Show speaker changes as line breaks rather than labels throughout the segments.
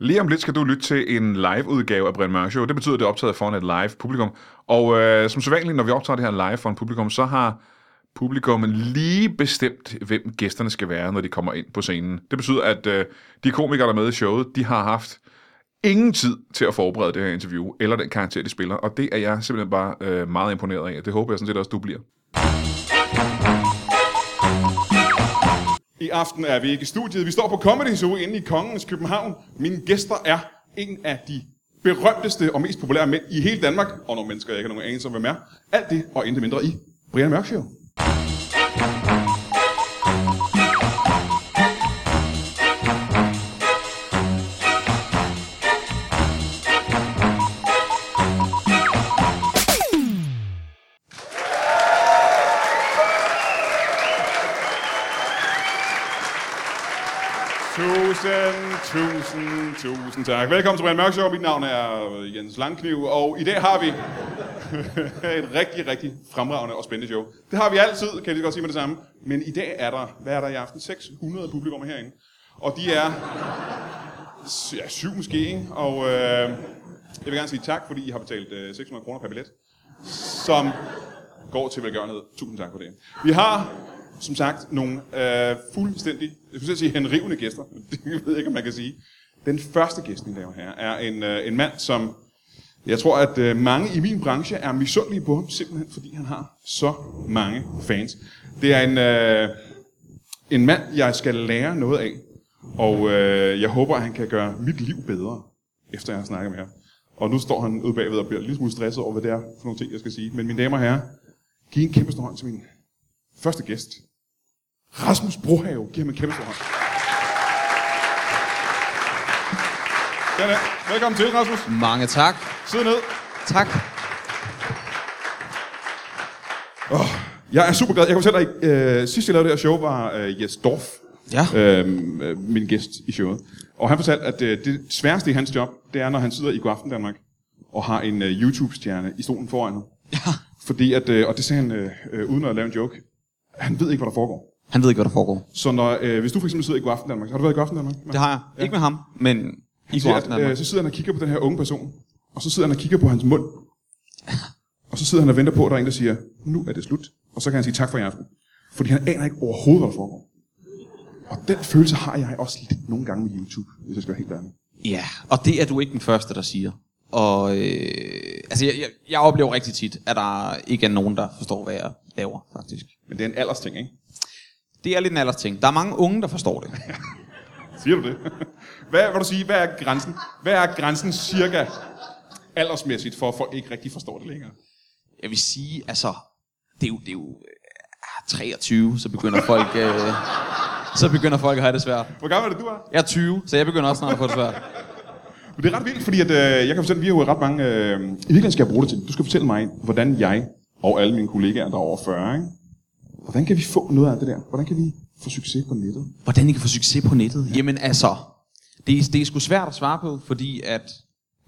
Lige om lidt skal du lytte til en live-udgave af Brian Mørk Show. Det betyder, at det er optaget foran et live-publikum. Og øh, som sædvanligt, når vi optager det her live foran publikum, så har publikum lige bestemt, hvem gæsterne skal være, når de kommer ind på scenen. Det betyder, at øh, de komikere, der er med i showet, de har haft ingen tid til at forberede det her interview, eller den karakter, de spiller. Og det er jeg simpelthen bare øh, meget imponeret af. Det håber jeg sådan set også, du bliver.
I aften er vi ikke i studiet. Vi står på Comedy Zoo inde i Kongens København. Mine gæster er en af de berømteste og mest populære mænd i hele Danmark. Og nogle mennesker, jeg ikke har nogen anelse om, hvem er. Alt det og intet mindre i Brian Mørk Show. Tusind, tusind, tusind tak. Velkommen til Brian Mørk Show. Mit navn er Jens Langkniv, og i dag har vi et rigtig, rigtig fremragende og spændende show. Det har vi altid, kan jeg lige godt sige med det samme. Men i dag er der, hvad er der i aften? 600 publikum herinde. Og de er, ja, syv måske, ikke? Og øh, jeg vil gerne sige tak, fordi I har betalt øh, 600 kroner per billet, som går til velgørenhed. Tusind tak for det. Vi har, som sagt, nogle øh, fuldstændig, jeg skulle til at sige henrivende gæster, men det ved jeg ikke, om man kan sige. Den første gæst, vi laver her, er en, øh, en mand, som jeg tror, at øh, mange i min branche er misundelige på ham, simpelthen fordi han har så mange fans. Det er en, øh, en mand, jeg skal lære noget af, og øh, jeg håber, at han kan gøre mit liv bedre, efter jeg har snakket med ham. Og nu står han ude bagved og bliver lidt smule stresset over, hvad det er for nogle ting, jeg skal sige. Men mine damer og herrer, giv en kæmpe stor hånd til min første gæst. Rasmus Brohave, giv ham en kæmpe stor hånd. Sådan der. Velkommen til, Rasmus.
Mange tak.
Sid ned.
Tak.
Jeg er super glad. Jeg kan fortælle dig, øh, sidst jeg lavede det her show, var øh, Jes Dorf,
Ja.
øh, min gæst i showet. Og han fortalte, at øh, det sværeste i hans job, det er, når han sidder i Godaften Danmark og har en øh, YouTube-stjerne i stolen foran ham.
Ja.
Fordi at, øh, og det sagde han øh, øh, uden at lave en joke, han ved ikke, hvad der foregår.
Han ved ikke, hvad der foregår.
Så når, øh, hvis du for eksempel sidder i Godaften Danmark, har du været i Godaften Danmark?
Det har jeg. Ja. Ikke med ham, men i går aften.
siger, at, øh, så sidder han og kigger på den her unge person, og så sidder han og kigger på hans mund, og så sidder han og venter på, at der er en, der siger, nu er det slut, og så kan han sige tak for i aften. Fordi han aner ikke overhovedet, hvad der foregår. Og den følelse har jeg også lidt nogle gange med YouTube, hvis jeg skal være helt ærlig.
Ja, og det er du ikke den første, der siger. Og øh, altså, jeg, jeg, jeg oplever rigtig tit, at der ikke er nogen, der forstår, hvad jeg laver, faktisk.
Men det er en aldersting, ikke?
Det er lidt en alders ting. Der er mange unge, der forstår det.
Siger du det? hvad vil du sige, hvad er grænsen? Hvad er grænsen cirka aldersmæssigt, for at folk ikke rigtig forstår det længere?
Jeg vil sige, altså, det er jo, det er jo øh, 23, så begynder folk... Øh, så begynder folk at have det svært.
Hvor gammel er det, du er?
Jeg er 20, så jeg begynder også snart at få det svært.
Men det er ret vildt, fordi at, øh, jeg kan fortælle, at vi har jo ret mange... Øh, I virkeligheden skal jeg bruge det til. Du skal fortælle mig, hvordan jeg og alle mine kollegaer, der er over 40, ikke? hvordan kan vi få noget af det der? Hvordan kan vi få succes på nettet?
Hvordan I kan få succes på nettet? Jamen altså, det, er- det er sgu svært at svare på, fordi at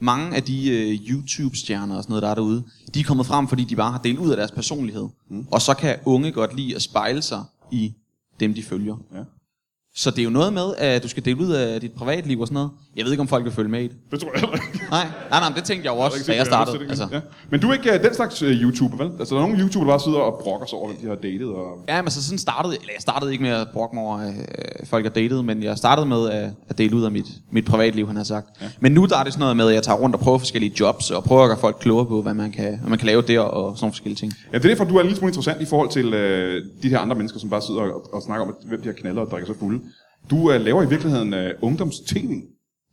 mange af de øh, YouTube-stjerner og sådan noget, der er derude, de er kommet frem, fordi de bare har delt ud af deres personlighed. Mm. Og så kan unge godt lide at spejle sig i dem, de følger.
Ja.
Så det er jo noget med, at du skal dele ud af dit privatliv og sådan noget. Jeg ved ikke, om folk vil følge med i det.
Det tror jeg heller ikke.
Nej, nej, nej, men det tænkte jeg jo også, da jeg startede. Altså.
Ja. Men du er ikke øh, den slags øh, YouTuber, vel? Altså, der er nogle YouTuber, der bare sidder og brokker sig over, hvem de har datet. Og...
Ja, men så sådan startede, eller jeg startede ikke med at brokke mig over, øh, folk er datet, men jeg startede med at, at dele ud af mit, mit privatliv, han har sagt. Ja. Men nu der er det sådan noget med, at jeg tager rundt og prøver forskellige jobs, og prøver at gøre folk klogere på, hvad man kan, hvad man kan lave der, og sådan nogle forskellige ting.
Ja, det er derfor, du er en lille smule interessant i forhold til øh, de her andre mennesker, som bare sidder og, og snakker om, at, hvem de har knaller og drikker sig fulde. Du øh, laver i virkeligheden øh, ungdoms-tv.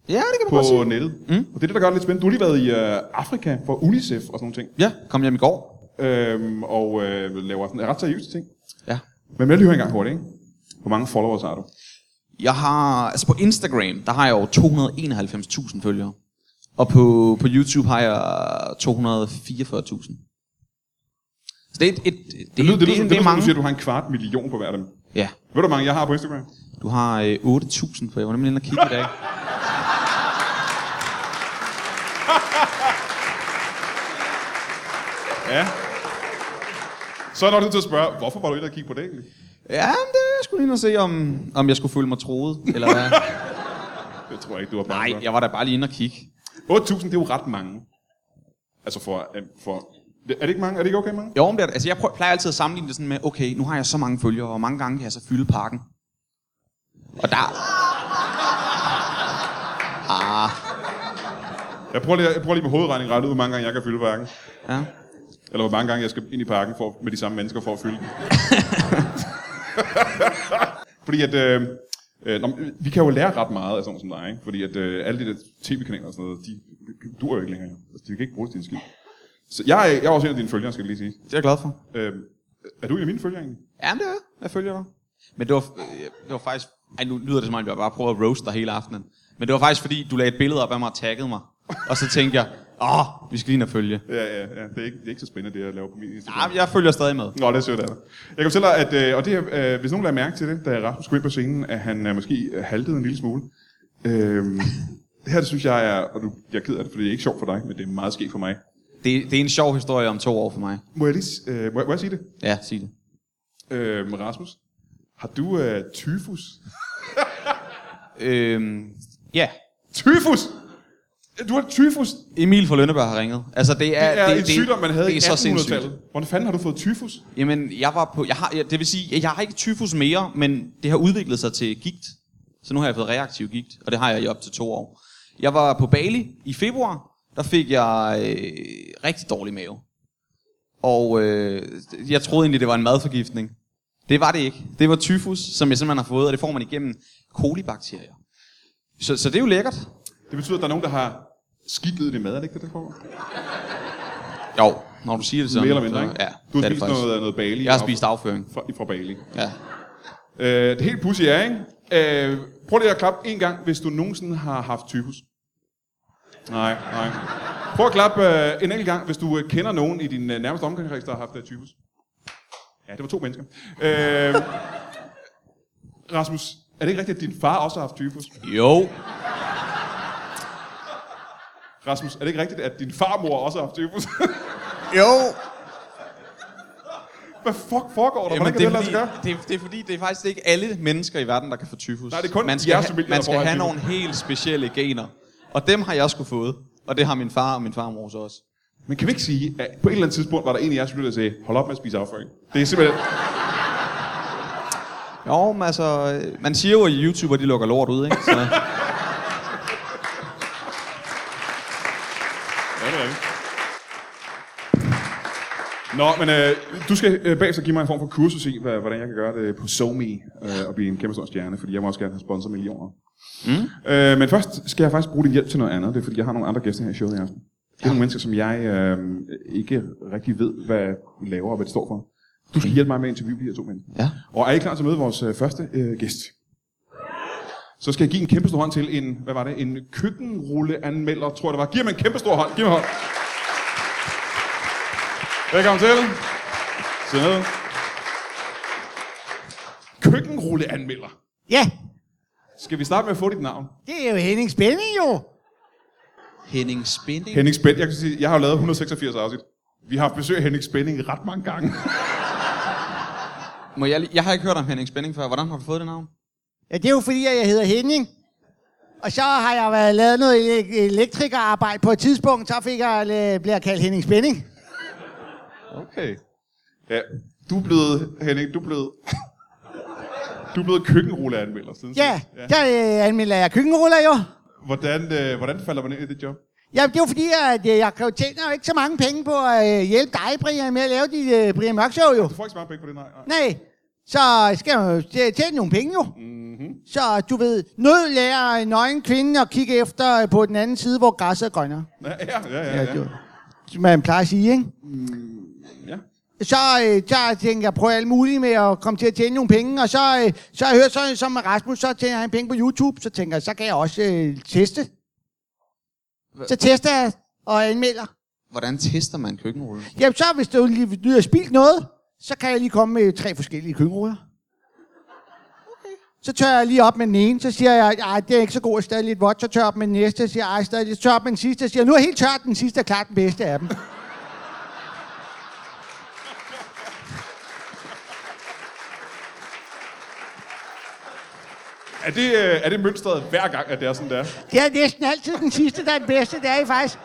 Ja, det kan du godt
på
sige.
nettet. Mm. Og det er det, der gør det lidt spændende. Du har lige været i øh, Afrika for UNICEF og sådan nogle ting.
Ja, kom hjem i går.
Øhm, og øh, laver sådan ret seriøse ting.
Ja.
Men jeg lige høre engang hurtigt, ikke? Hvor mange followers har du?
Jeg har, altså på Instagram, der har jeg jo 291.000 følgere. Og på, på YouTube har jeg 244.000. Så det er et, et, det,
lyder, det,
det, det, det,
lyder,
det,
som- lyder, som,
det er
du
mange.
siger, du har en kvart million på hver af dem.
Ja.
Ved du, hvor mange jeg har på Instagram?
Du har øh, 8.000, for jeg var nemlig inde og kigge i dag.
Ja. Så er jeg nok nødt til at spørge, hvorfor var du inde og kigge på det egentlig?
Ja, men det jeg skulle lige ind og se, om, om jeg skulle føle mig troet, eller hvad.
Det tror jeg ikke, du har bange
Nej, jeg var da bare lige inde og kigge.
for. 8.000, det er jo ret mange. Altså for, øhm, for... Er det ikke mange? Er det ikke okay mange?
Jo, men det er, altså jeg prøver, plejer altid at sammenligne det sådan med, okay, nu har jeg så mange følgere, og hvor mange gange kan jeg så fylde parken? Og der... Ah,
Jeg prøver lige, jeg prøver lige med hovedregning ret ud, hvor mange gange jeg kan fylde parken.
ja.
Eller hvor mange gange jeg skal ind i parken for, med de samme mennesker for at fylde den. Fordi at... Øh, øh, nå, men vi kan jo lære ret meget af sådan nogen som dig, ikke? Fordi at øh, alle de der tv-kanaler og sådan noget, de dur jo ikke længere. Altså, de kan ikke bruges til en skid. Så jeg, er- jeg er også en af dine følgere, skal jeg lige sige.
Det er jeg glad for.
Øh, er du en af mine følgere egentlig?
Ja, men det er jeg. jeg. følger dig. Men det var, øh, det var faktisk... Ej, nu lyder det som om, jeg bare prøver at roast dig hele aftenen. Men det var faktisk, fordi du lagde et billede op af mig og taggede mig. Og så tænkte jeg, åh, oh, vi skal lige ind og følge.
Ja, ja, ja. Det er ikke, det er ikke så spændende, det jeg laver på min Instagram.
Ja, jeg følger stadig med.
Nå, det er sødt af dig. Jeg kan fortælle dig, at, øh, og det, er, øh, hvis nogen lader mærke til det, da Rasmus skulle ind på scenen, at han øh, måske øh, haltede en lille smule. Øhm, det her, det synes jeg er, og du, jeg er ked af det, for det er ikke sjovt for dig, men det er meget sket for mig.
Det, det er en sjov historie om to år for mig.
Må jeg, lige, s- øh, må jeg, må jeg sige det?
Ja, sig det.
Øhm, Rasmus, har du øh, tyfus?
Øhm, ja.
Tyfus! Du har tyfus! Det
Emil fra Lønneberg har ringet. Altså, det er,
er det, en
det,
sygdom, man havde
det
i
er så sindssygt.
1800-tallet. Hvordan fanden har du fået tyfus?
Jamen, jeg var på... Jeg har, jeg, det vil sige, at jeg har ikke tyfus mere, men det har udviklet sig til gigt. Så nu har jeg fået reaktiv gigt, og det har jeg i op til to år. Jeg var på Bali i februar. Der fik jeg øh, rigtig dårlig mave. Og øh, jeg troede egentlig, det var en madforgiftning. Det var det ikke. Det var tyfus, som jeg simpelthen har fået, og det får man igennem kolibakterier. Så, så det er jo lækkert.
Det betyder, at der er nogen, der har skidt ned i din mad, er det ikke det, der foregår?
Jo, når du siger det sådan.
Mere eller mindre,
så-
ikke?
Ja,
du
det
har
er det
spist
faktisk.
noget, noget Bali.
Jeg har
og-
spist afføring.
Fra, fra Bali.
Ja.
Øh, det helt pussy er, ikke? Øh, prøv lige at klappe en gang, hvis du nogensinde har haft tyfus. Nej, nej. Prøv at klappe øh, en enkelt gang, hvis du øh, kender nogen i din øh, nærmeste omgangskreds, der har haft øh, tyfus. Ja, det var to mennesker. Øh, Rasmus, er det ikke rigtigt, at din far også har haft tyfus?
Jo,
Rasmus, er det ikke rigtigt, at din farmor også har haft tyfus?
Jo.
Hvad fuck foregår der? Hvordan
Jamen,
kan
det,
det,
er
lade sig
fordi,
gøre?
det, er, det er fordi, det er faktisk ikke alle mennesker i verden, der kan få tyfus.
Nej, det er kun
man skal,
jeres
ha-
familie, der
man
får
skal have
tyfus.
nogle helt specielle gener. Og dem har jeg sgu fået. Og det har min far og min farmor så også.
Men kan vi ikke sige, at på et eller andet tidspunkt var der en af jeres lytter, der sagde, hold op med at spise afføring. Det er simpelthen...
Jo, men altså, øh, man siger jo, at YouTuber de lukker lort ud, ikke? Så,
Ja, det er det. Nå, men øh, du skal øh, bagefter give mig en form for kursus i, hvad, hvordan jeg kan gøre det på SoMe øh, og blive en kæmpe stor stjerne, fordi jeg må også gerne have sponsor millioner. Mm. Øh, men først skal jeg faktisk bruge din hjælp til noget andet, det er fordi, jeg har nogle andre gæster her i showet i aften. Det er nogle mennesker, som jeg øh, ikke rigtig ved, hvad laver og hvad de står for. Du skal hjælpe mig med at interviewe de her to mennesker.
ja.
Og er I klar til at møde vores øh, første øh, gæst? Så skal jeg give en kæmpe stor hånd til en, hvad var det, en køkkenrulleanmelder, tror jeg det var. Giv ham en kæmpe stor hånd, giv ham en hånd. Velkommen til. Sid ned. Køkkenrulleanmelder.
Ja,
Skal vi starte med at få dit navn?
det er jo Henning Spænding jo.
Henning Spinding.
Henning Spænding. Jeg kan sige, jeg har jo lavet 186 afsnit. Vi har haft besøg af Henning Spænding ret mange gange.
Må jeg, lige- jeg har ikke hørt om Henning Spænding før. Hvordan har du fået det navn?
Ja, det er jo fordi, at jeg hedder Henning. Og så har jeg været lavet noget ele- elektrikerarbejde på et tidspunkt, så fik jeg, øh, blev jeg kaldt Henning Spænding.
Okay. Ja, du er blevet, Henning, du er blevet... Du er blevet køkkenrulleanmelder siden
Ja,
sidst.
der øh, anmelder jeg køkkenruller jo.
Hvordan, øh, hvordan falder man ind i det job?
Ja, det er jo fordi, at øh, jeg kan jo tjene jo ikke så mange penge på at øh, hjælpe dig, Brian, med at lave dit øh, Brian Mørk Show jo.
Du får ikke så mange penge på det, nej. nej.
Nej, så skal jeg jo tj- tjene nogle penge jo.
Mm-hmm.
Så du ved, nød lærer en nøgen kvinde at kigge efter øh, på den anden side, hvor græsset er grønnere.
Ja, ja, ja. ja,
Ja,
ja,
det var, som man plejer at sige, ikke?
ja.
Så, øh, så tænkte jeg, prøv alt muligt med at komme til at tjene nogle penge, og så, øh, så har jeg hørt sådan som med Rasmus, så tjener han penge på YouTube, så tænker jeg, så kan jeg også øh, teste. Så tester jeg og anmelder.
Hvordan tester man køkkenrulle?
Jamen så, hvis det lige lyder spildt noget, så kan jeg lige komme med tre forskellige køkkenruder. Så tør jeg lige op med den ene, så siger jeg, ej, det er ikke så god, stadig lidt vådt. Så tør jeg op med den næste, så siger jeg, ej, stadig lidt. Så tør jeg op med den sidste, så siger jeg, nu er jeg helt tørt, den sidste er klart den bedste af dem.
Er det, øh, er det mønstret hver gang, at det er sådan, der?
Det er næsten altid den sidste, der er den bedste. Det er I faktisk.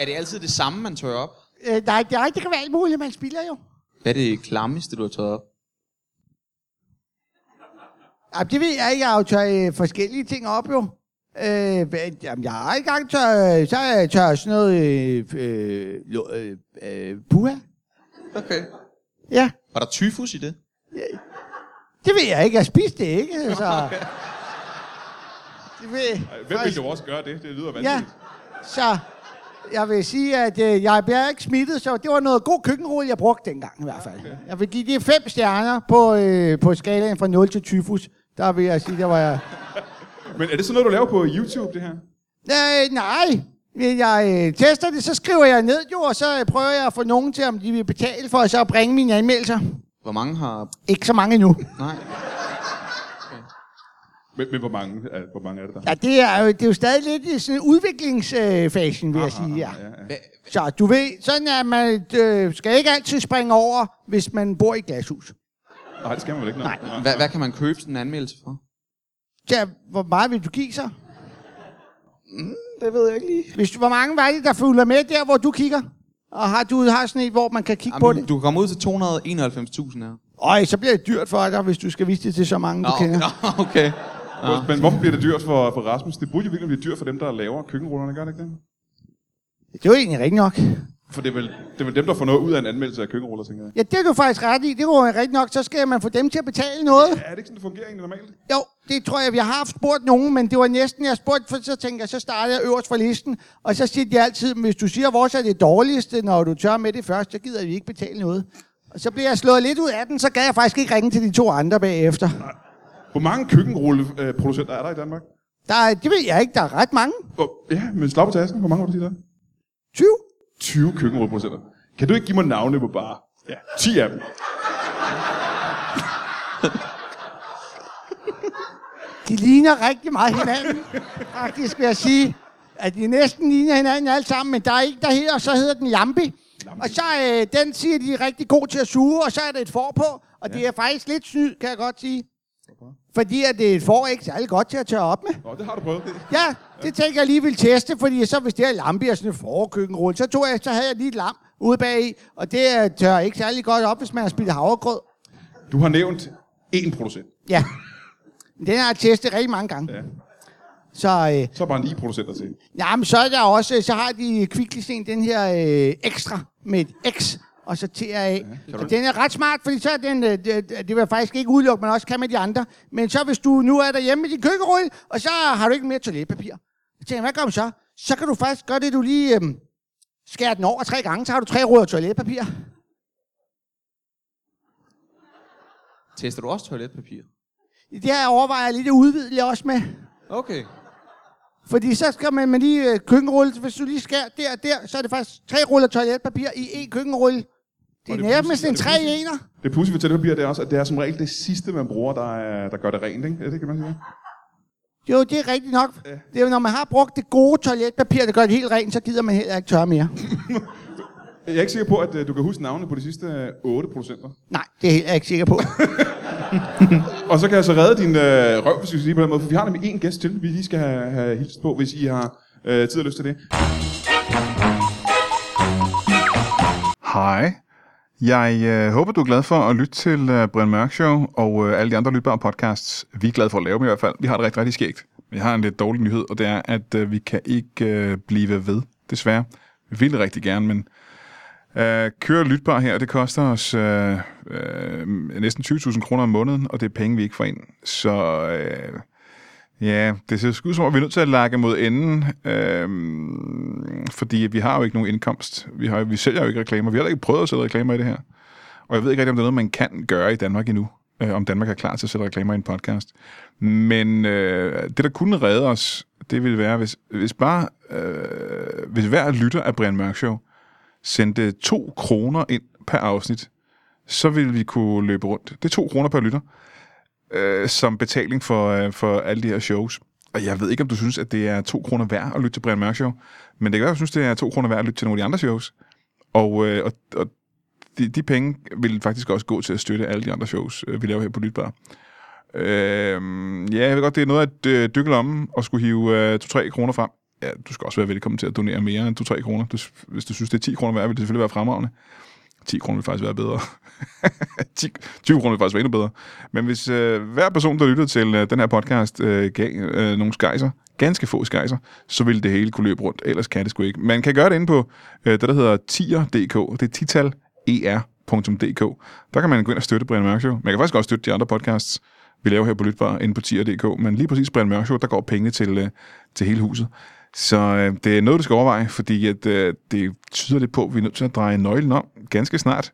Er det altid det samme, man tør op?
Øh, nej, det, er, det kan være alt muligt, man spiller jo.
Hvad er det klammeste, du har tørret op?
Jamen, det ved jeg ikke. Jeg har jo tørret øh, forskellige ting op, jo. Øh, men, jamen, jeg har ikke engang tørret... Så har jeg tørret sådan noget... Øh, øh, lo- øh, øh, buha.
Okay.
Ja,
Var der tyfus i det?
det ved jeg ikke. Jeg spiste det ikke, altså. Det ved,
Ej, Hvem vil jo også gøre det? Det lyder
Ja,
vanvittigt.
så jeg vil sige, at øh, jeg bliver ikke smittet, så det var noget god køkkenrulle, jeg brugte dengang i hvert fald. Jeg vil give det fem stjerner på, øh, på skalaen fra 0 til tyfus. Der vil jeg sige, der var jeg...
Men er det sådan noget, du laver på YouTube, det her?
Øh, nej, Men jeg øh, tester det, så skriver jeg ned jo, og så øh, prøver jeg at få nogen til, om de vil betale for, og så at bringe mine anmeldelser.
Hvor mange har...
Ikke så mange nu.
Nej.
Men, men hvor, mange er, hvor mange er det der?
Ja, det er jo, det er jo stadig lidt i sådan en udviklingsfasen, vil jeg sige. Ja.
ja, ja.
Så du ved, sådan at man øh, skal ikke altid springe over, hvis man bor i et glashus.
Nej, det skal man vel ikke? Nej. Nej.
Hvad, hvad kan man købe sådan en anmeldelse for?
Ja, hvor meget vil du give så?
Mm, Det ved jeg ikke lige.
Hvis du, hvor mange var det, der følger med der, hvor du kigger? Og har du har sådan et, hvor man kan kigge Jamen, på
Jamen,
det?
du, du kan komme ud til 291.000 her.
Øj, så bliver det dyrt for dig, hvis du skal vise det til så mange,
Nå,
du kender.
nå, okay.
Men hvorfor bliver det dyrt for, for Rasmus? Det burde jo virkelig blive dyrt for dem, der laver køkkenrullerne, gør det ikke det?
Det er jo egentlig rigtigt nok.
For det er, vel, det er vel dem, der får noget ud af en anmeldelse af køkkenruller, tænker jeg.
Ja, det er du faktisk ret i. Det var rigtigt nok. Så skal man få dem til at betale noget.
Er det ikke sådan, det fungerer egentlig normalt?
Jo, det tror jeg, vi har haft spurgt nogen, men det var næsten, jeg spurgte, for så tænker jeg, så starter jeg øverst fra listen, og så siger de altid, hvis du siger, vores er det dårligste, når du tør med det først, så gider vi ikke betale noget. Og så bliver jeg slået lidt ud af den, så gad jeg faktisk ikke ringe til de to andre bagefter.
Hvor mange køkkenrulleproducenter er der i Danmark?
Der er, det ved jeg ikke, der er ret mange.
Oh, ja, men slag på tasken. Hvor mange var det, der er?
20?
20 køkkenrulleproducenter. Kan du ikke give mig navne på bare ja, 10 af dem?
De ligner rigtig meget hinanden. Faktisk vil jeg sige, at de næsten ligner hinanden alle sammen, men der er en, der hedder, så hedder den Lambi. Og så øh, den siger, de er rigtig god til at suge, og så er det et får på, og ja. det er faktisk lidt snyd, kan jeg godt sige. Fordi at det er et får ikke særlig godt til at tørre op med.
Nå, det har du prøvet.
Ja, det tænker jeg lige vil teste, fordi så hvis det her lampe er sådan en forkøkkenrulle, så tog jeg, så havde jeg lige et lam ude bagi, og det øh, tørrer ikke særlig godt op, hvis man har spillet havregrød.
Du har nævnt én producent.
Ja. Men Den har jeg testet rigtig mange gange.
Ja.
Så, øh,
Så er bare en i-producenter til.
ja, men så er der også, så har de kviklisten den her øh, ekstra med et X, og så TRA. Ja, og den er ret smart, fordi så er den, øh, det, det vil jeg faktisk ikke udelukke, man også kan med de andre. Men så hvis du nu er derhjemme i din køkkenrulle, og så har du ikke mere toiletpapir. Så tænker jeg, hvad gør man så? Så kan du faktisk gøre det, du lige øh, skærer den over tre gange, så har du tre ruller toiletpapir.
Tester du også toiletpapir?
Det her overvejer jeg lidt at udvide det også med.
Okay.
Fordi så skal man med lige øh, køkkenrulle, hvis du lige skærer der og der, så er det faktisk tre ruller toiletpapir i én køkkenrulle. Det er
det
nærmest
pludselig-
en
og det
tre
pludselig-
ener.
Det pudsige ved toiletpapir, det er også, at det er som regel det sidste, man bruger, der, er, der gør det rent, ikke? Er det, kan man sige?
Jo, det er rigtigt nok. Det er jo, når man har brugt det gode toiletpapir, der gør det helt rent, så gider man heller ikke tørre mere.
Jeg er ikke sikker på, at øh, du kan huske navnene på de sidste øh, 8 producenter.
Nej, det er jeg heller ikke sikker på.
Og så kan jeg så redde din øh, røv, hvis vi skal sige på den måde, for vi har nemlig en gæst til, vi lige skal have, have hilst på, hvis I har øh, tid og lyst til det.
Hej. Jeg øh, håber, du er glad for at lytte til øh, Brian Mørk Show og øh, alle de andre lytbare podcasts. Vi er glade for at lave dem i hvert fald. Vi har det rigtig, rigtig skægt. Vi har en lidt dårlig nyhed, og det er, at øh, vi kan ikke øh, blive ved, desværre. Vi ville rigtig gerne, men øh, køre lytbar her, det koster os øh, øh, næsten 20.000 kroner om måneden, og det er penge, vi ikke får ind. Så øh, ja, det ser sgu ud som om, vi er nødt til at lakke mod enden, øh, fordi vi har jo ikke nogen indkomst. Vi, har, vi sælger jo ikke reklamer. Vi har heller ikke prøvet at sælge reklamer i det her. Og jeg ved ikke rigtig, om det er noget, man kan gøre i Danmark endnu. Øh, om Danmark er klar til at sætte reklamer i en podcast. Men øh, det, der kunne redde os, det ville være, hvis, hvis bare øh, hvis hver lytter af Brian Mørk Show sendte to kroner ind per afsnit, så ville vi kunne løbe rundt. Det er to kroner per lytter øh, som betaling for, øh, for alle de her shows. Og jeg ved ikke, om du synes, at det er to kroner værd at lytte til Brian Mørk Show, men det kan være, at du synes, det er to kroner værd at lytte til nogle af de andre shows. Og, øh, og, og de, de penge vil faktisk også gå til at støtte alle de andre shows, øh, vi laver her på Lytbar. Øh, ja, jeg ved godt, det er noget at øh, dykke lommen og skulle hive øh, 2-3 kroner frem. Ja, du skal også være velkommen til at donere mere end 2-3 kroner. Du, hvis du synes, det er 10 kroner værd, vil det selvfølgelig være fremragende. 10 kroner vil faktisk være bedre. 10, 20 kroner vil faktisk være endnu bedre. Men hvis øh, hver person, der lytter til øh, den her podcast, øh, gav øh, nogle skejser, ganske få skejser, så ville det hele kunne løbe rundt. Ellers kan det sgu ikke. Man kan gøre det inde på øh, det, der hedder tier.dk. Det er tital e er.dk. Der kan man gå ind og støtte Brian Mørk Show. Man kan faktisk også støtte de andre podcasts, vi laver her på Lytbar, inde på tier.dk. Men lige præcis Brian Mørk Show, der går pengene til, øh, til hele huset. Så øh, det er noget, du skal overveje, fordi at, øh, det tyder lidt på, at vi er nødt til at dreje nøglen om ganske snart.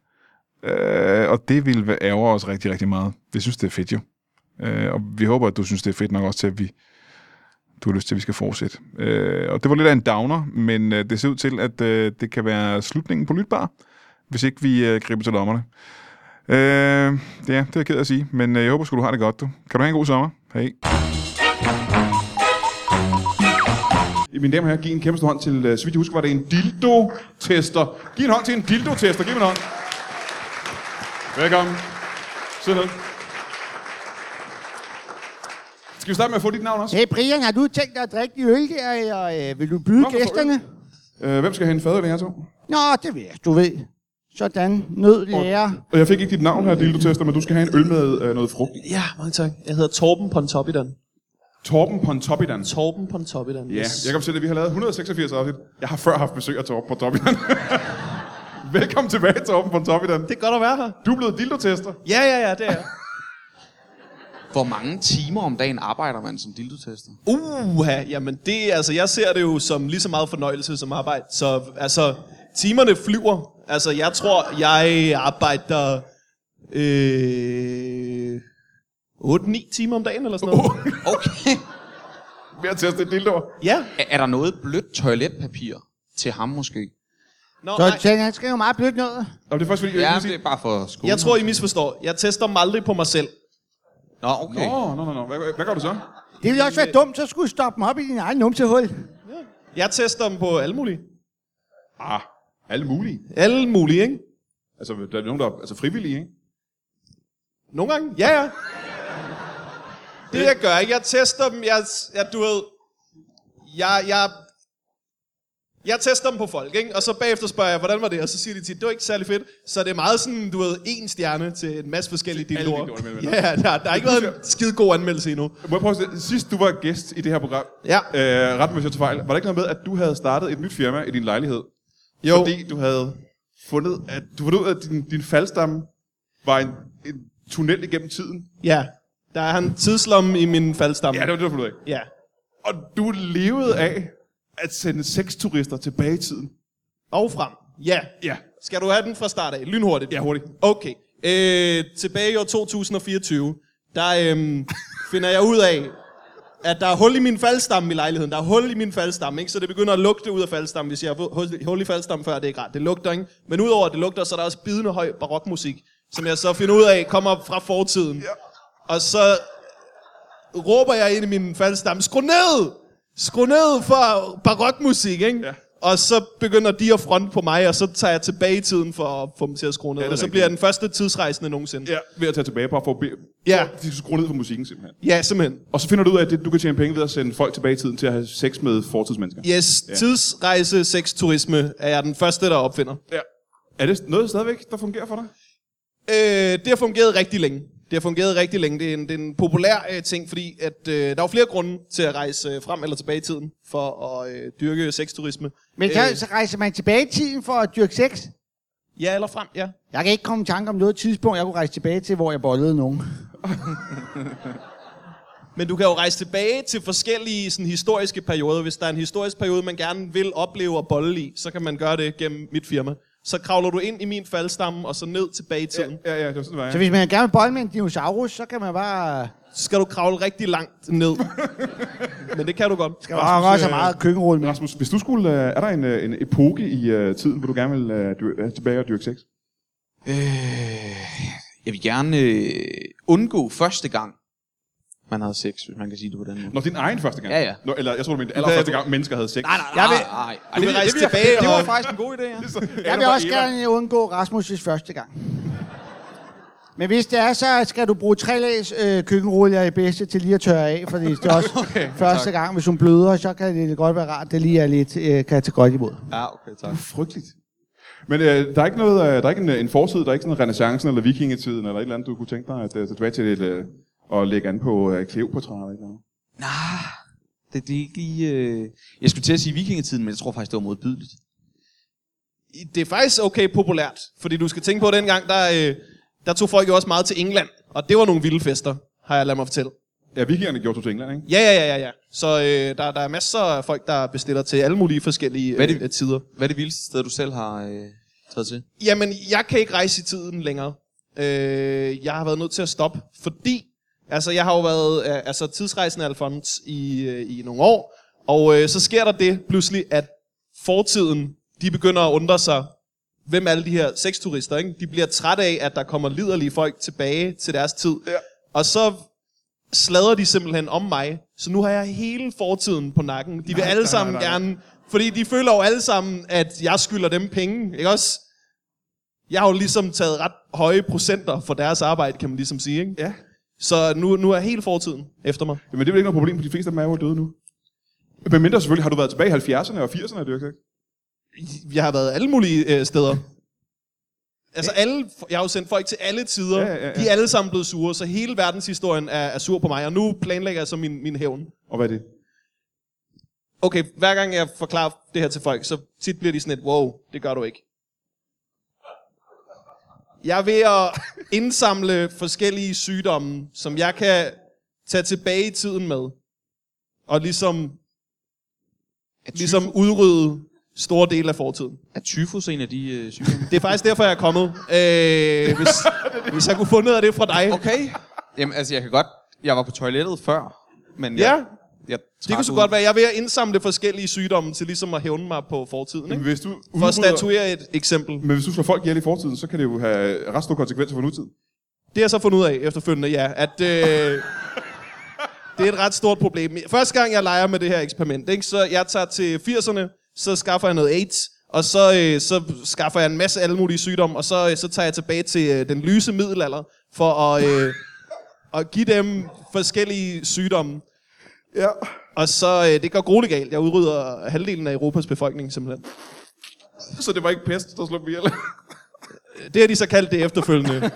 Øh, og det vil væ- ærge os rigtig, rigtig meget. Vi synes, det er fedt jo. Øh, og vi håber, at du synes, det er fedt nok også til, at vi, du har lyst til, at vi skal fortsætte. Øh, og det var lidt af en downer, men øh, det ser ud til, at øh, det kan være slutningen på Lytbar, hvis ikke vi øh, griber til lommerne. Øh, ja, det er jeg ked af at sige, men øh, jeg håber sgu, du har det godt, du. Kan du have en god sommer? Hej.
Mine damer og herrer, giv en kæmpe stor hånd til, øh, så vidt jeg husker, var det en dildo-tester. Giv en hånd til en dildo-tester. Giv mig en hånd. Velkommen. Sid ned. Skal vi starte med at få dit navn også?
Hey Brian, har du tænkt dig at drikke de øl der, og øh, vil du byde
Nå,
Nå,
for
gæsterne?
Øh, hvem skal have en fader, det her to?
Nå, det ved jeg, du ved. Sådan, nød lærer.
Og jeg fik ikke dit navn her, dildo-tester, men du skal have en øl med øh, noget frugt. i.
Ja, mange tak. Jeg hedder Torben Pontoppidan.
Torben Pontoppidan.
Torben Pontoppidan.
Ja, jeg kan fortælle, at vi har lavet 186 afsnit. Jeg har før haft besøg af Torben Pontoppidan. Velkommen tilbage, Torben Pontoppidan.
Det er godt at være her.
Du er blevet dildo-tester.
Ja, ja, ja, det er jeg.
Hvor mange timer om dagen arbejder man som dildotester?
Uha, jamen det, altså jeg ser det jo som lige så meget fornøjelse som arbejde. Så altså, timerne flyver. Altså jeg tror, jeg arbejder øh, 8-9 timer om dagen eller sådan noget.
Okay.
Ved at teste et dildo.
Ja,
Er, er der noget blødt toiletpapir til ham måske?
Nå,
Så
nej.
tænker han skal jo meget blødt noget.
Og det er faktisk, fordi jeg
Ja,
ikke
det
sige...
er bare for skole.
Jeg tror, I misforstår. Jeg tester dem aldrig på mig selv.
Nå, okay. Nå.
Åh, oh, nå, nå, nå. Hvad, hvad gør du så?
Det ville også være dumt, så skulle du stoppe dem op i din egen numsehul.
Jeg tester dem på alle mulige.
Ah, alle mulige.
Alle mulige, ikke?
Altså, der er nogen, der er altså, frivillige, ikke?
Nogle gange? Ja, ja. Det jeg gør, ikke? jeg tester dem, jeg, jeg du ved, jeg, jeg, jeg tester dem på folk, ikke? og så bagefter spørger jeg, hvordan var det? Og så siger de tit, det var ikke særlig fedt. Så det er meget sådan, du ved, en stjerne til en masse forskellige
Til alle
dildoer.
dildoerne, mener jeg.
Ja, der, der har ikke været en skide god anmeldelse endnu.
Må jeg prøve at sige, sidst du var gæst i det her program,
Ja.
øh, ret mig, hvis jeg tager fejl, var der ikke noget med, at du havde startet et nyt firma i din lejlighed?
Jo,
Fordi du havde fundet, at du fandt ud af, at din, din faldstamme var en, en tunnel igennem tiden.
ja. Der er en tidslomme i min faldstamme.
Ja, det var det, du fandt ud af.
ja.
Og du levede af at sende sexturister tilbage i tiden.
Og frem. Ja.
Ja.
Skal du have den fra start af? Lynhurtigt.
Ja, hurtigt.
Okay. Øh, tilbage i år 2024, der øhm, finder jeg ud af, at der er hul i min faldstamme i lejligheden. Der er hul i min faldstamme, ikke? Så det begynder at lugte ud af faldstammen. Hvis jeg har fået hul- hul i faldstammen før, det er ikke rart. Det lugter, ikke? Men udover at det lugter, så er der også bidende høj barokmusik, som jeg så finder ud af kommer fra fortiden. Ja. Og så råber jeg ind i min faldstamme, skru ned! Skru ned for barokmusik, ikke?
Ja.
Og så begynder de at fronte på mig, og så tager jeg tilbage i tiden for at få dem til at skrue ned.
det er
og så
rigtigt.
bliver jeg den første tidsrejsende nogensinde.
Ja, ved at tage tilbage bare for at bede.
Ja.
De skulle skrue ned for musikken simpelthen.
ja simpelthen.
Og så finder du ud af, at det, du kan tjene penge ved at sende folk tilbage i tiden til at have sex med fortidsmennesker.
Yes, ja. tidsrejse, sex, turisme er jeg den første, der opfinder.
Ja. Er det noget stadigvæk, der fungerer for dig?
Øh, det har fungeret rigtig længe. Det har fungeret rigtig længe. Det er en, det er en populær øh, ting, fordi at, øh, der er jo flere grunde til at rejse øh, frem eller tilbage i tiden for at øh, dyrke sexturisme.
Men så,
Øh.
så rejser man tilbage i tiden for at dyrke sex.
Ja, eller frem, ja.
Jeg kan ikke komme i tanke om noget tidspunkt, jeg kunne rejse tilbage til, hvor jeg bollede nogen.
Men du kan jo rejse tilbage til forskellige sådan, historiske perioder. Hvis der er en historisk periode, man gerne vil opleve og bolle i, så kan man gøre det gennem mit firma. Så kravler du ind i min faldstamme, og så ned tilbage i tiden.
Ja, ja, det var sådan, det var.
Så hvis man gerne vil bolle med en dinosaurus, så kan man bare...
Så skal du kravle rigtig langt ned. Men det kan du godt.
Der var også øh, meget køkkenrulle med.
Rasmus, hvis du skulle, øh, er der en, øh, en epoke i uh, tiden, hvor du gerne vil uh, dyr, øh, tilbage og dyrke sex?
Øh, jeg vil gerne øh, undgå første gang, man havde sex, hvis man kan sige det på den måde.
Når din egen første gang?
Ja, ja.
Nå, eller jeg tror, du mente allerførste gang, mennesker havde sex. Nej, nej.
Jeg vil,
Ah, nej, nej.
du vil rejse tilbage
Det var
og...
faktisk en god idé, ja.
Jeg vil også gerne undgå Rasmus' første gang. Men hvis det er, så skal du bruge tre lags øh, køkkenruller i bedste til lige at tørre af, fordi det er også okay, første tak. gang, hvis hun bløder, så kan det godt være rart, det lige er lidt, øh, kan tage godt imod.
Ja, okay, tak.
Frygteligt. Men øh, der er ikke, noget, øh, der er ikke en, øh, en fortid, der er ikke sådan renaissancen eller vikingetiden eller et eller andet, du kunne tænke dig at øh, tage tilbage til et, øh, og lægge an på øh, klevportrætter eller et eller andet?
Nej, det, det er ikke lige... Øh... Jeg skulle til at sige vikingetiden, men jeg tror faktisk, det var modbydeligt.
Det er faktisk okay populært, fordi du skal tænke på, at dengang, der, øh, der tog folk jo også meget til England, og det var nogle vilde fester, har jeg ladet mig fortælle.
Ja, vikingerne gjorde sig til England, ikke?
Ja, ja, ja, ja, ja. Så øh, der, der er masser af folk, der bestiller til alle mulige forskellige
Hvad er
øh,
det-
øh, tider.
Hvad er det vildeste sted, du selv har øh, taget til?
Jamen, jeg kan ikke rejse i tiden længere. Øh, jeg har været nødt til at stoppe, fordi altså, jeg har jo været øh, altså, tidsrejsende Alfons i, øh, i nogle år, og øh, så sker der det pludselig, at fortiden, de begynder at undre sig, hvem alle de her sexturister, ikke? de bliver trætte af, at der kommer liderlige folk tilbage til deres tid. Ja. Og så sladrer de simpelthen om mig, så nu har jeg hele fortiden på nakken. De vil nej, alle sammen nej, nej. gerne, fordi de føler jo alle sammen, at jeg skylder dem penge, ikke også? jeg har jo ligesom taget ret høje procenter for deres arbejde, kan man ligesom sige, ikke?
Ja.
Så nu, nu er hele fortiden efter mig.
Men det er vel ikke noget problem, for de fleste af dem er jo døde nu. Men mindre selvfølgelig, har du været tilbage i 70'erne og 80'erne, er det jo ikke sagt?
Jeg har været alle mulige øh, steder. Altså alle, jeg har jo sendt folk til alle tider.
Ja, ja, ja.
De er alle sammen blevet sure, så hele verdenshistorien er, er sur på mig. Og nu planlægger jeg så min, min hævn.
Og hvad er det?
Okay, hver gang jeg forklarer det her til folk, så tit bliver de sådan et, wow, det gør du ikke. Jeg er ved at indsamle forskellige sygdomme, som jeg kan tage tilbage i tiden med. Og ligesom, ligesom udrydde store dele af fortiden.
Er tyfus en af de øh, sygdomme?
Det er faktisk derfor, jeg er kommet. Øh, hvis, hvis jeg kunne få noget af det fra dig.
Okay. Jamen, altså, jeg kan godt... Jeg var på toilettet før, men
Ja.
jeg, jeg
Det
trak
kunne så
ud.
godt være, jeg er ved at indsamle forskellige sygdomme til ligesom at hævne mig på fortiden.
Men
Ikke?
hvis du
For at
udrydder-
statuere et eksempel.
Men hvis du slår folk ihjel i fortiden, så kan det jo have ret store konsekvenser for nutiden.
Det har jeg så fundet ud af efterfølgende, ja, at øh, det er et ret stort problem. Første gang, jeg leger med det her eksperiment, ikke, så jeg tager til 80'erne, så skaffer jeg noget AIDS, og så, øh, så skaffer jeg en masse alle mulige sygdomme, og så, øh, så tager jeg tilbage til øh, den lyse middelalder, for at, øh, at give dem forskellige sygdomme.
Ja.
Og så, øh, det går grueligt galt. Jeg udrydder halvdelen af Europas befolkning, simpelthen.
Så det var ikke pest, der slog dem ihjel.
Det har de så kaldt det efterfølgende.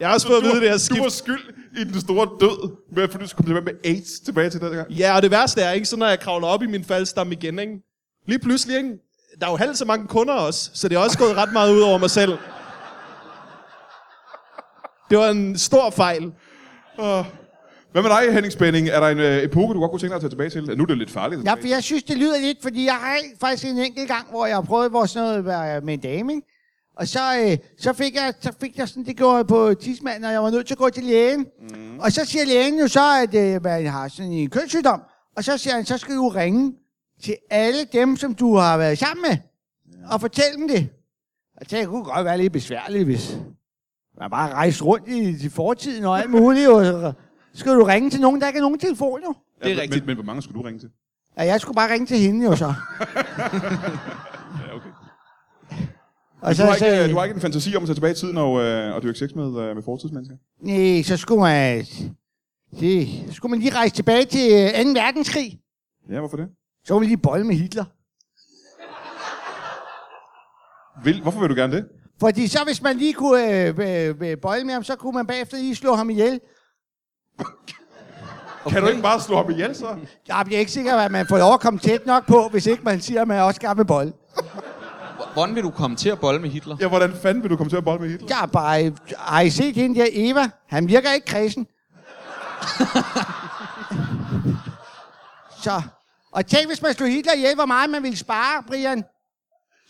Jeg har også fået at vide, det her
Du
skift
var skyld i den store død, med at du kom tilbage med AIDS tilbage til den gang.
Ja, og det værste er, ikke, så når jeg kravler op i min faldstamme igen, ikke? lige pludselig, ikke? der er jo halvt så mange kunder også, så det er også gået ret meget ud over mig selv. Det var en stor fejl.
Hvad med dig, Henning Spænding? Er der en øh, epoke, du godt kunne tænke dig at tage tilbage til? Nu er det lidt farligt.
Ja, for jeg synes, det lyder lidt, fordi jeg har faktisk en enkelt gang, hvor jeg har prøvet, hvor sådan noget var med en dame, ikke? Og så, øh, så, fik jeg, så fik jeg sådan, det gjorde jeg på tidsmanden, og jeg var nødt til at gå til lægen. Mm. Og så siger lægen jo så, at øh, man har sådan en kønssygdom. Og så siger han, så skal du ringe til alle dem, som du har været sammen med, og fortælle dem det. Og det kunne godt være lidt besværligt, hvis man bare rejste rundt i, i fortiden og alt muligt. Og så skal du ringe til nogen, der ikke er nogen telefon, jo.
det
er
Men,
rigtigt.
men hvor mange skulle du ringe til?
Ja, jeg skulle bare ringe til hende jo så.
Ja, okay.
Og
Du
så,
har,
så,
ikke, øh, du har ikke en fantasi om at tage tilbage i tiden og, øh, og dyrke sex med, øh, med fortidsmennesker?
nej, så skulle man, det, så skulle man lige rejse tilbage til øh, 2. verdenskrig.
Ja, hvorfor det?
Så kunne man lige bolle med Hitler.
Vil, hvorfor vil du gerne det?
Fordi så hvis man lige kunne øh, øh, øh, bolle med ham, så kunne man bagefter lige slå ham ihjel.
Okay. Kan du ikke bare slå ham ihjel, så?
Jeg bliver ikke sikker, at man får lov at komme tæt nok på, hvis ikke man siger, at man også gerne vil bolle.
Hvordan vil du komme til at bolle med Hitler?
Ja, hvordan fanden vil du komme til at bolle med Hitler?
Jeg er bare, øh, har I set hende der Eva? Han virker ikke kredsen. så, og tænk, hvis man slog Hitler ihjel, hvor meget man ville spare, Brian.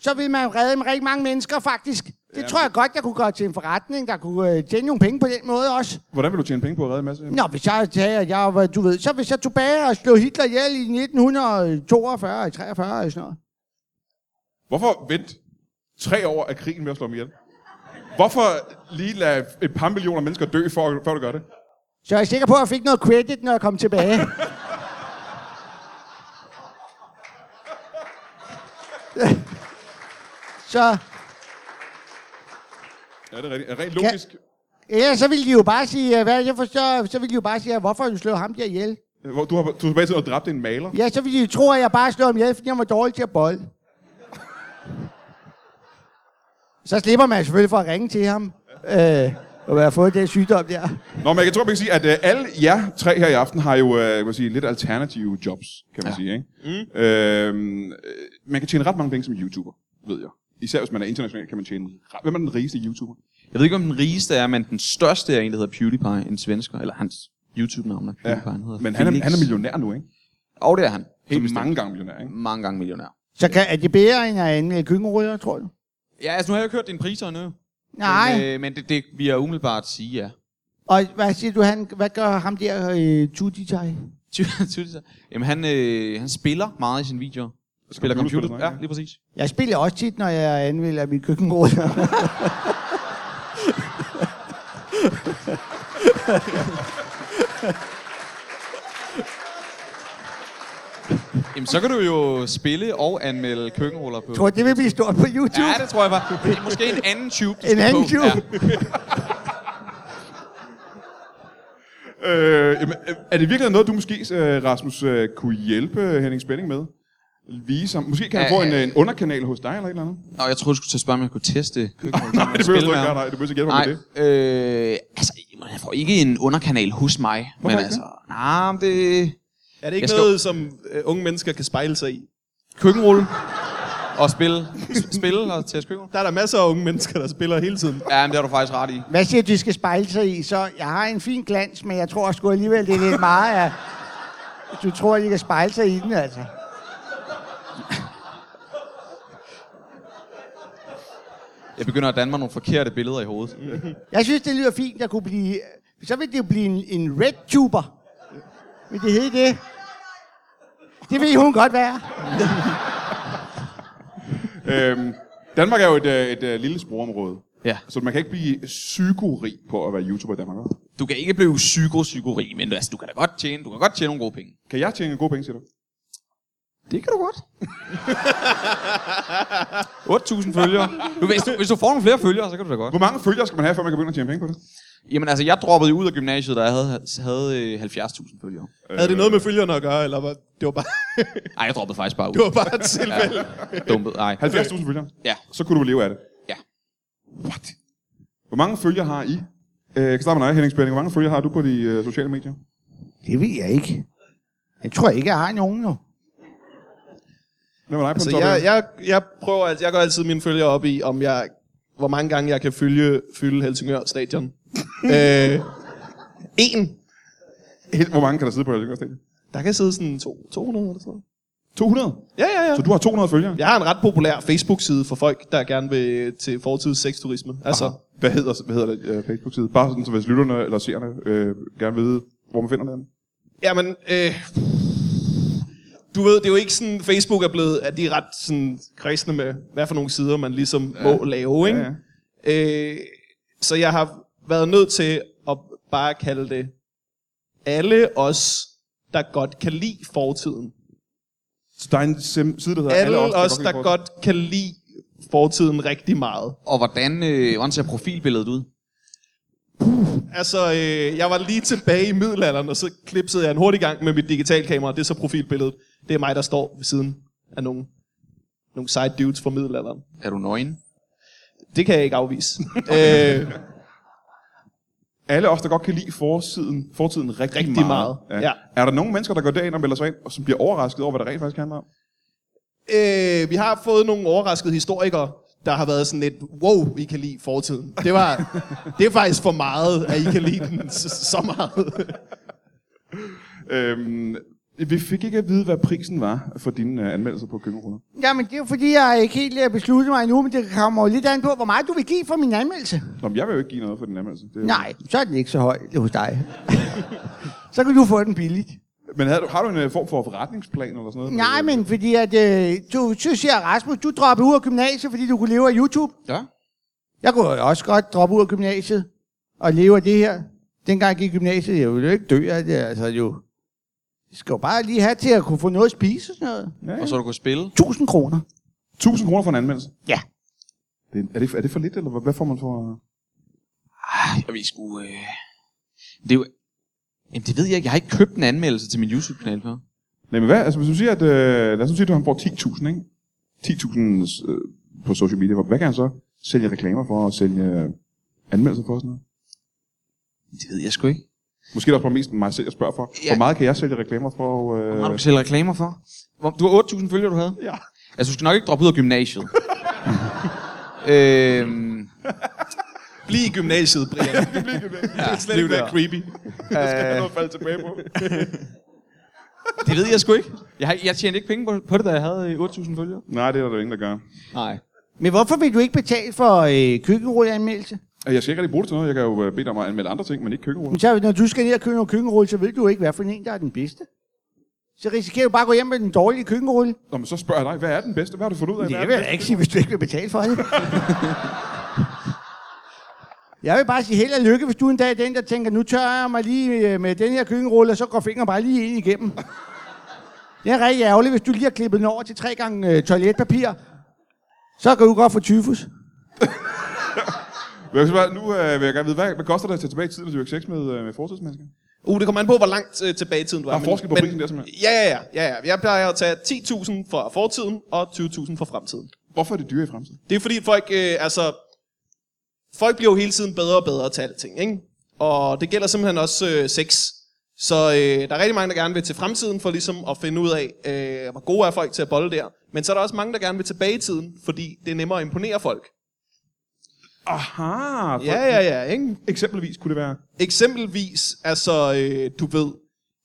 Så ville man redde rigtig mange mennesker, faktisk. Det tror jeg godt, jeg kunne gøre til en forretning, der kunne øh, tjene nogle penge på den måde også.
Hvordan vil du tjene penge på at redde en masse?
Nå, hvis jeg tager, at jeg, var- du ved, så hvis jeg tog tilbage og slog Hitler ihjel i 1942 og 43 eller sådan noget.
Hvorfor vente tre år af krigen med at slå ham ihjel? Hvorfor lige lade et par millioner mennesker dø, for, før du gør det?
Så jeg er sikker på, at jeg fik noget credit, når jeg kom tilbage. så...
Ja, det er rigtigt. Rent logisk.
Ja, så ville de jo bare sige, øh, hvad jeg forstår, så ville de jo bare sige, hvorfor har du slået ham der ihjel?
Hvor du har du er tilbage til at dræbte en maler.
Ja, så ville de jo tro, at jeg bare slog ham ihjel, fordi han var dårlig til at bolle. Så slipper man selvfølgelig for at ringe til ham, øh, og have fået den sygdom der.
Nå, men jeg tror, man kan sige, at øh, alle jer tre her i aften har jo øh, kan man sige, lidt alternative jobs, kan man ja. sige. Ikke? Mm. Øhm, øh, man kan tjene ret mange penge som YouTuber, ved jeg. Især hvis man er international, kan man tjene... ret- Hvem er den rigeste YouTuber?
Jeg ved ikke, om den rigeste er, men den største er en, der hedder PewDiePie, en svensker, eller hans YouTube-navn er PewDiePie. Han hedder
Men han er,
Felix.
han er millionær nu, ikke?
Og det er han.
Helt
bestemt.
mange gange millionær, ikke?
mange gange millionær.
Så kan, er det bedre end at en køkkenrydder, tror du?
Ja, altså nu har jeg jo ikke hørt dine priser endnu.
Nej.
Men, øh, men det, det, vi er umiddelbart sige, ja.
Og hvad siger du, han, hvad gør ham der, øh, Tudijai?
Ty- ty- ty- Jamen han, øh, han spiller meget i sine videoer. Spiller
computerspil,
computer.
ikke?
Ja, lige præcis.
Jeg spiller også tit, når jeg anvender mit køkkenrydder.
Jamen så kan du jo spille og anmelde køkkenruller på.
Jeg tror, det vil blive stort på YouTube.
Ja, det tror jeg var. Det er måske en anden tube, du
En
skal
anden
på.
tube.
Ja.
Øh, jamen, øh, er det virkelig noget, du måske, øh, Rasmus, øh, kunne hjælpe Henning Spænding med? Vise ham. Måske kan han
Ja,
få en,
ja.
øh, en underkanal hos dig eller et eller andet?
Nå, jeg troede, du skulle til at spørge, om jeg kunne teste køkkenruller.
Nej, det behøver du ikke gøre, nej. Du behøver ikke hjælpe ham
Nej,
med det.
øh, altså, jamen, jeg får ikke en underkanal hos mig.
Hvorfor
men
ikke
altså, nej, men det...
Er det ikke
Jeg skal-
noget, som øh, unge mennesker kan spejle sig i?
Køkkenrulle. Og spille. Sp- spille og teste køkkenrulle.
Der er der masser af unge mennesker, der spiller hele tiden.
Ja, men det har du faktisk ret i.
Hvad siger du, de skal spejle sig i? Så jeg har en fin glans, men jeg tror sgu alligevel, det er lidt meget af... Du tror, de kan spejle sig i den, altså.
Jeg begynder at danne mig nogle forkerte billeder i hovedet.
Jeg synes, det lyder fint, der kunne blive... Så vil det jo blive en, en red-tuber. Vil det hedde det? Det vil hun godt være.
Øhm, Danmark er jo et, øh, et, et lille sprogområde.
Ja.
Så man kan ikke blive psykorig på at være YouTuber i Danmark. hva'?
Du kan ikke blive psyko-psykorig, men altså, du kan da godt tjene, du kan godt tjene nogle gode penge.
Kan jeg tjene gode penge, siger du?
Det kan du godt. 8.000 følgere. Du, hvis, du, hvis du får nogle flere følgere, så kan du da godt.
Hvor mange følgere skal man have, før man kan begynde at tjene penge på det?
Jamen altså, jeg droppede jo ud af gymnasiet, da jeg havde, havde øh, 70.000 følgere.
Havde det noget med følgerne at gøre, eller hvad? Det var bare,
Nej, jeg droppede faktisk bare ud.
det var bare et tilfælde.
Dumpet, nej.
70.000 følgere.
Ja.
Så kunne du leve af det.
Ja.
What? Hvor mange følgere har I? Øh, jeg kan starte med dig, Henning Spænding. Hvor mange følgere har du på de øh, sociale medier?
Det ved jeg ikke. Jeg tror ikke, jeg har nogen nu.
Hvem er dig på
Så
den top?
Altså, jeg, jeg, jeg prøver altid, jeg går altid mine følgere op i, om jeg, hvor mange gange jeg kan følge, fylde Helsingør Stadion. øh, en.
Helt, hvor mange kan der sidde på Helsingør Stadion?
Der kan sidde sådan to, 200 eller sådan noget.
200?
Ja, ja, ja.
Så du har 200 følgere?
Jeg har en ret populær Facebook-side for folk, der gerne vil til fortids sexturisme. Altså, Aha.
Hvad hedder, hvad hedder det, øh, Facebook-side? Bare sådan, så hvis lytterne eller seerne øh, gerne vil vide, hvor man finder den.
jamen, øh, du ved, det er jo ikke sådan, Facebook er blevet, at de er ret sådan kredsende med, hvad for nogle sider man ligesom ja. må lave, ikke?
Ja,
Ja. Øh, så jeg har været nødt til at bare kalde det alle os, der godt kan lide fortiden.
Så der er en sim- side, der hedder
Alle, alle os,
kan
der
lide
godt kan lide fortiden rigtig meget.
Og hvordan, øh, hvordan ser profilbilledet ud?
Altså, øh, jeg var lige tilbage i middelalderen, og så klipsede jeg en hurtig gang med mit digitalkamera. Det er så profilbilledet. Det er mig, der står ved siden af nogle, nogle side dudes fra middelalderen.
Er du nøgen?
Det kan jeg ikke afvise. øh,
sport. Alle os, der godt kan lide fortiden, fortiden rigtig,
Rigtig meget, ja.
Er der nogen mennesker, der går derind og melder sig ind, og som bliver overrasket over, hvad det rent faktisk handler om?
øh, vi har fået nogle overraskede historikere, der har været sådan lidt, wow, I kan lide fortiden. Det, var, det er faktisk for meget, at I kan lide den så, så meget.
Øhm, vi fik ikke at vide, hvad prisen var for dine øh, anmeldelser på køkkenruller.
Jamen, det er jo fordi, jeg ikke helt øh, besluttet mig endnu, men det kommer jo lidt an på, hvor meget du vil give for min anmeldelse.
Nå, men jeg vil jo ikke give noget for din anmeldelse. Det er jo-
Nej, så er den ikke så høj hos dig. så kan du få den billigt.
Men havde du, har du en øh, form for forretningsplan eller sådan noget?
Nej, men fordi at, øh, du synes, siger Rasmus, du droppede ud af gymnasiet, fordi du kunne leve af YouTube.
Ja.
Jeg kunne jo også godt droppe ud af gymnasiet og leve af det her. Dengang jeg gik i gymnasiet, jeg ville jo ikke dø af det, altså jo. Jeg skal jo bare lige have til at kunne få noget at spise og sådan noget.
Og så du kunne spille?
1000 kroner.
1000 kroner for en anmeldelse?
Ja.
Det, er, er, det, er det for lidt, eller hvad, hvad får man for...
Ah, jeg ved sgu... Øh... Det er jo... Jamen, det ved jeg ikke. Jeg har ikke købt en anmeldelse til min YouTube-kanal før.
Nej, men hvad? Altså, hvis du siger, at... Øh, lad os nu sige, at du han får 10.000, ikke? 10.000 øh, på social media. Hvad kan han så sælge reklamer for og sælge øh, anmeldelser for og sådan noget?
Det ved jeg sgu ikke.
Måske er det også bare mest mig selv, jeg spørger for. Ja. Hvor
Ja.
meget kan jeg sælge reklamer for? Og, øh,
Har du sælge reklamer for? Hvor- Du har 8.000 følgere, du havde?
Ja.
Altså, du skal nok ikke droppe ud af gymnasiet. øhm,
Bliv i gymnasiet, Brian.
Ja, det er slet ikke
liv
være
der.
creepy. Jeg skal
Øh.
have noget at falde tilbage på.
det ved jeg sgu ikke. Jeg, har, jeg tjente ikke penge på, på det, da jeg havde øh, 8.000 følgere.
Nej, det er der jo ingen, der gør.
Nej.
Men hvorfor vil du ikke betale for øh, køkkenrulleanmeldelse?
Øh, Jeg skal ikke rigtig bruge det til noget. Jeg kan jo øh, bede dig om at anmelde andre ting, men ikke køkkenruller.
Men så, når du skal ned og købe nogle køkkenrulle, så ved du jo ikke, hvad for en, der er den bedste. Så risikerer du bare at gå hjem med den dårlige køkkenrulle.
Nå, men så spørger jeg dig, hvad er den bedste? Hvad har du fundet ud af?
Det
hvad er
vil
den
jeg da ikke sige, hvis du ikke vil betale for det. Jeg vil bare sige held og lykke, hvis du en dag er den, der tænker, nu tør jeg mig lige øh, med den her køkkenrulle, og så går fingeren bare lige ind igennem. Det er rigtig ærgerligt, hvis du lige har klippet den over til tre gange øh, toiletpapir. Så kan du godt få tyfus.
Vil jeg så bare- Nu øh, vil jeg gerne vide, hvad, hvad koster det at tage tilbage i tiden og dyrke sex med, øh, med fortidsmennesker?
Uh, det kommer an på, hvor langt øh, tilbage i tiden du er.
Der er forskel på prisen der, simpelthen.
Ja, ja, ja, ja, ja. Jeg plejer at tage 10.000 fra fortiden og 20.000 fra fremtiden.
Hvorfor er det dyre i fremtiden?
Det er fordi folk, øh, altså... Folk bliver jo hele tiden bedre og bedre til alting, ikke? Og det gælder simpelthen også øh, sex. Så øh, der er rigtig mange, der gerne vil til fremtiden for ligesom at finde ud af, øh, hvor gode er folk til at bolle der. Men så er der også mange, der gerne vil tilbage i tiden, fordi det er nemmere at imponere folk.
Aha.
Ja, ja, ja, ikke?
Eksempelvis kunne det være...
Eksempelvis, altså, øh, du ved,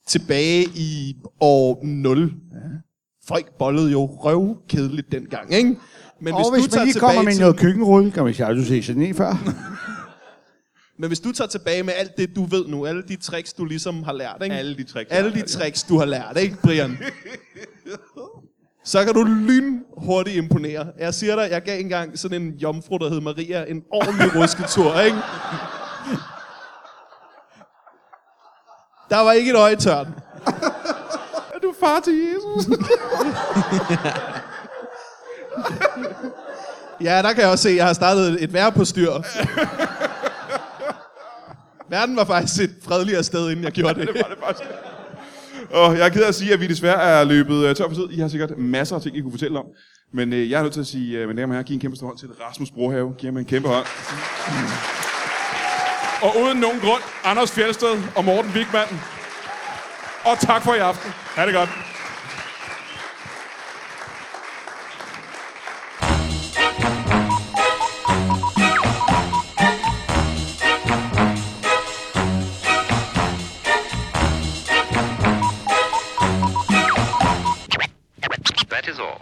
tilbage i år 0. Ja. Folk bollede jo røvkedeligt dengang, ikke? Men
Og hvis, hvis man lige kommer med
til,
noget køkkenrulle, kan man sige, "Har du se sådan en før.
men hvis du tager tilbage med alt det, du ved nu, alle de tricks, du ligesom har lært, ikke?
Alle de tricks, jeg
Alle
har
de
lært, ja.
tricks, du har lært, ikke, Brian? Så kan du lynhurtigt imponere. Jeg siger dig, jeg gav engang sådan en jomfru, der hed Maria, en ordentlig rusketur, ikke? Der var ikke et øje tørt.
Er du far til Jesus?
Ja, der kan jeg også se, at jeg har startet et værre på styr. Verden var faktisk et fredeligere sted, inden jeg gjorde det.
var det faktisk. Og jeg er ked af at sige, at vi desværre er løbet øh, tør for tid. I har sikkert masser af ting, I kunne fortælle om. Men øh, jeg er nødt til at sige, øh, mine damer og herrer, giv en kæmpe stor hånd til Rasmus Brohave. Giv ham en kæmpe hånd. Og uden nogen grund, Anders Fjeldsted og Morten Wigman. Og tak for i aften. Ha' det godt.
That is all.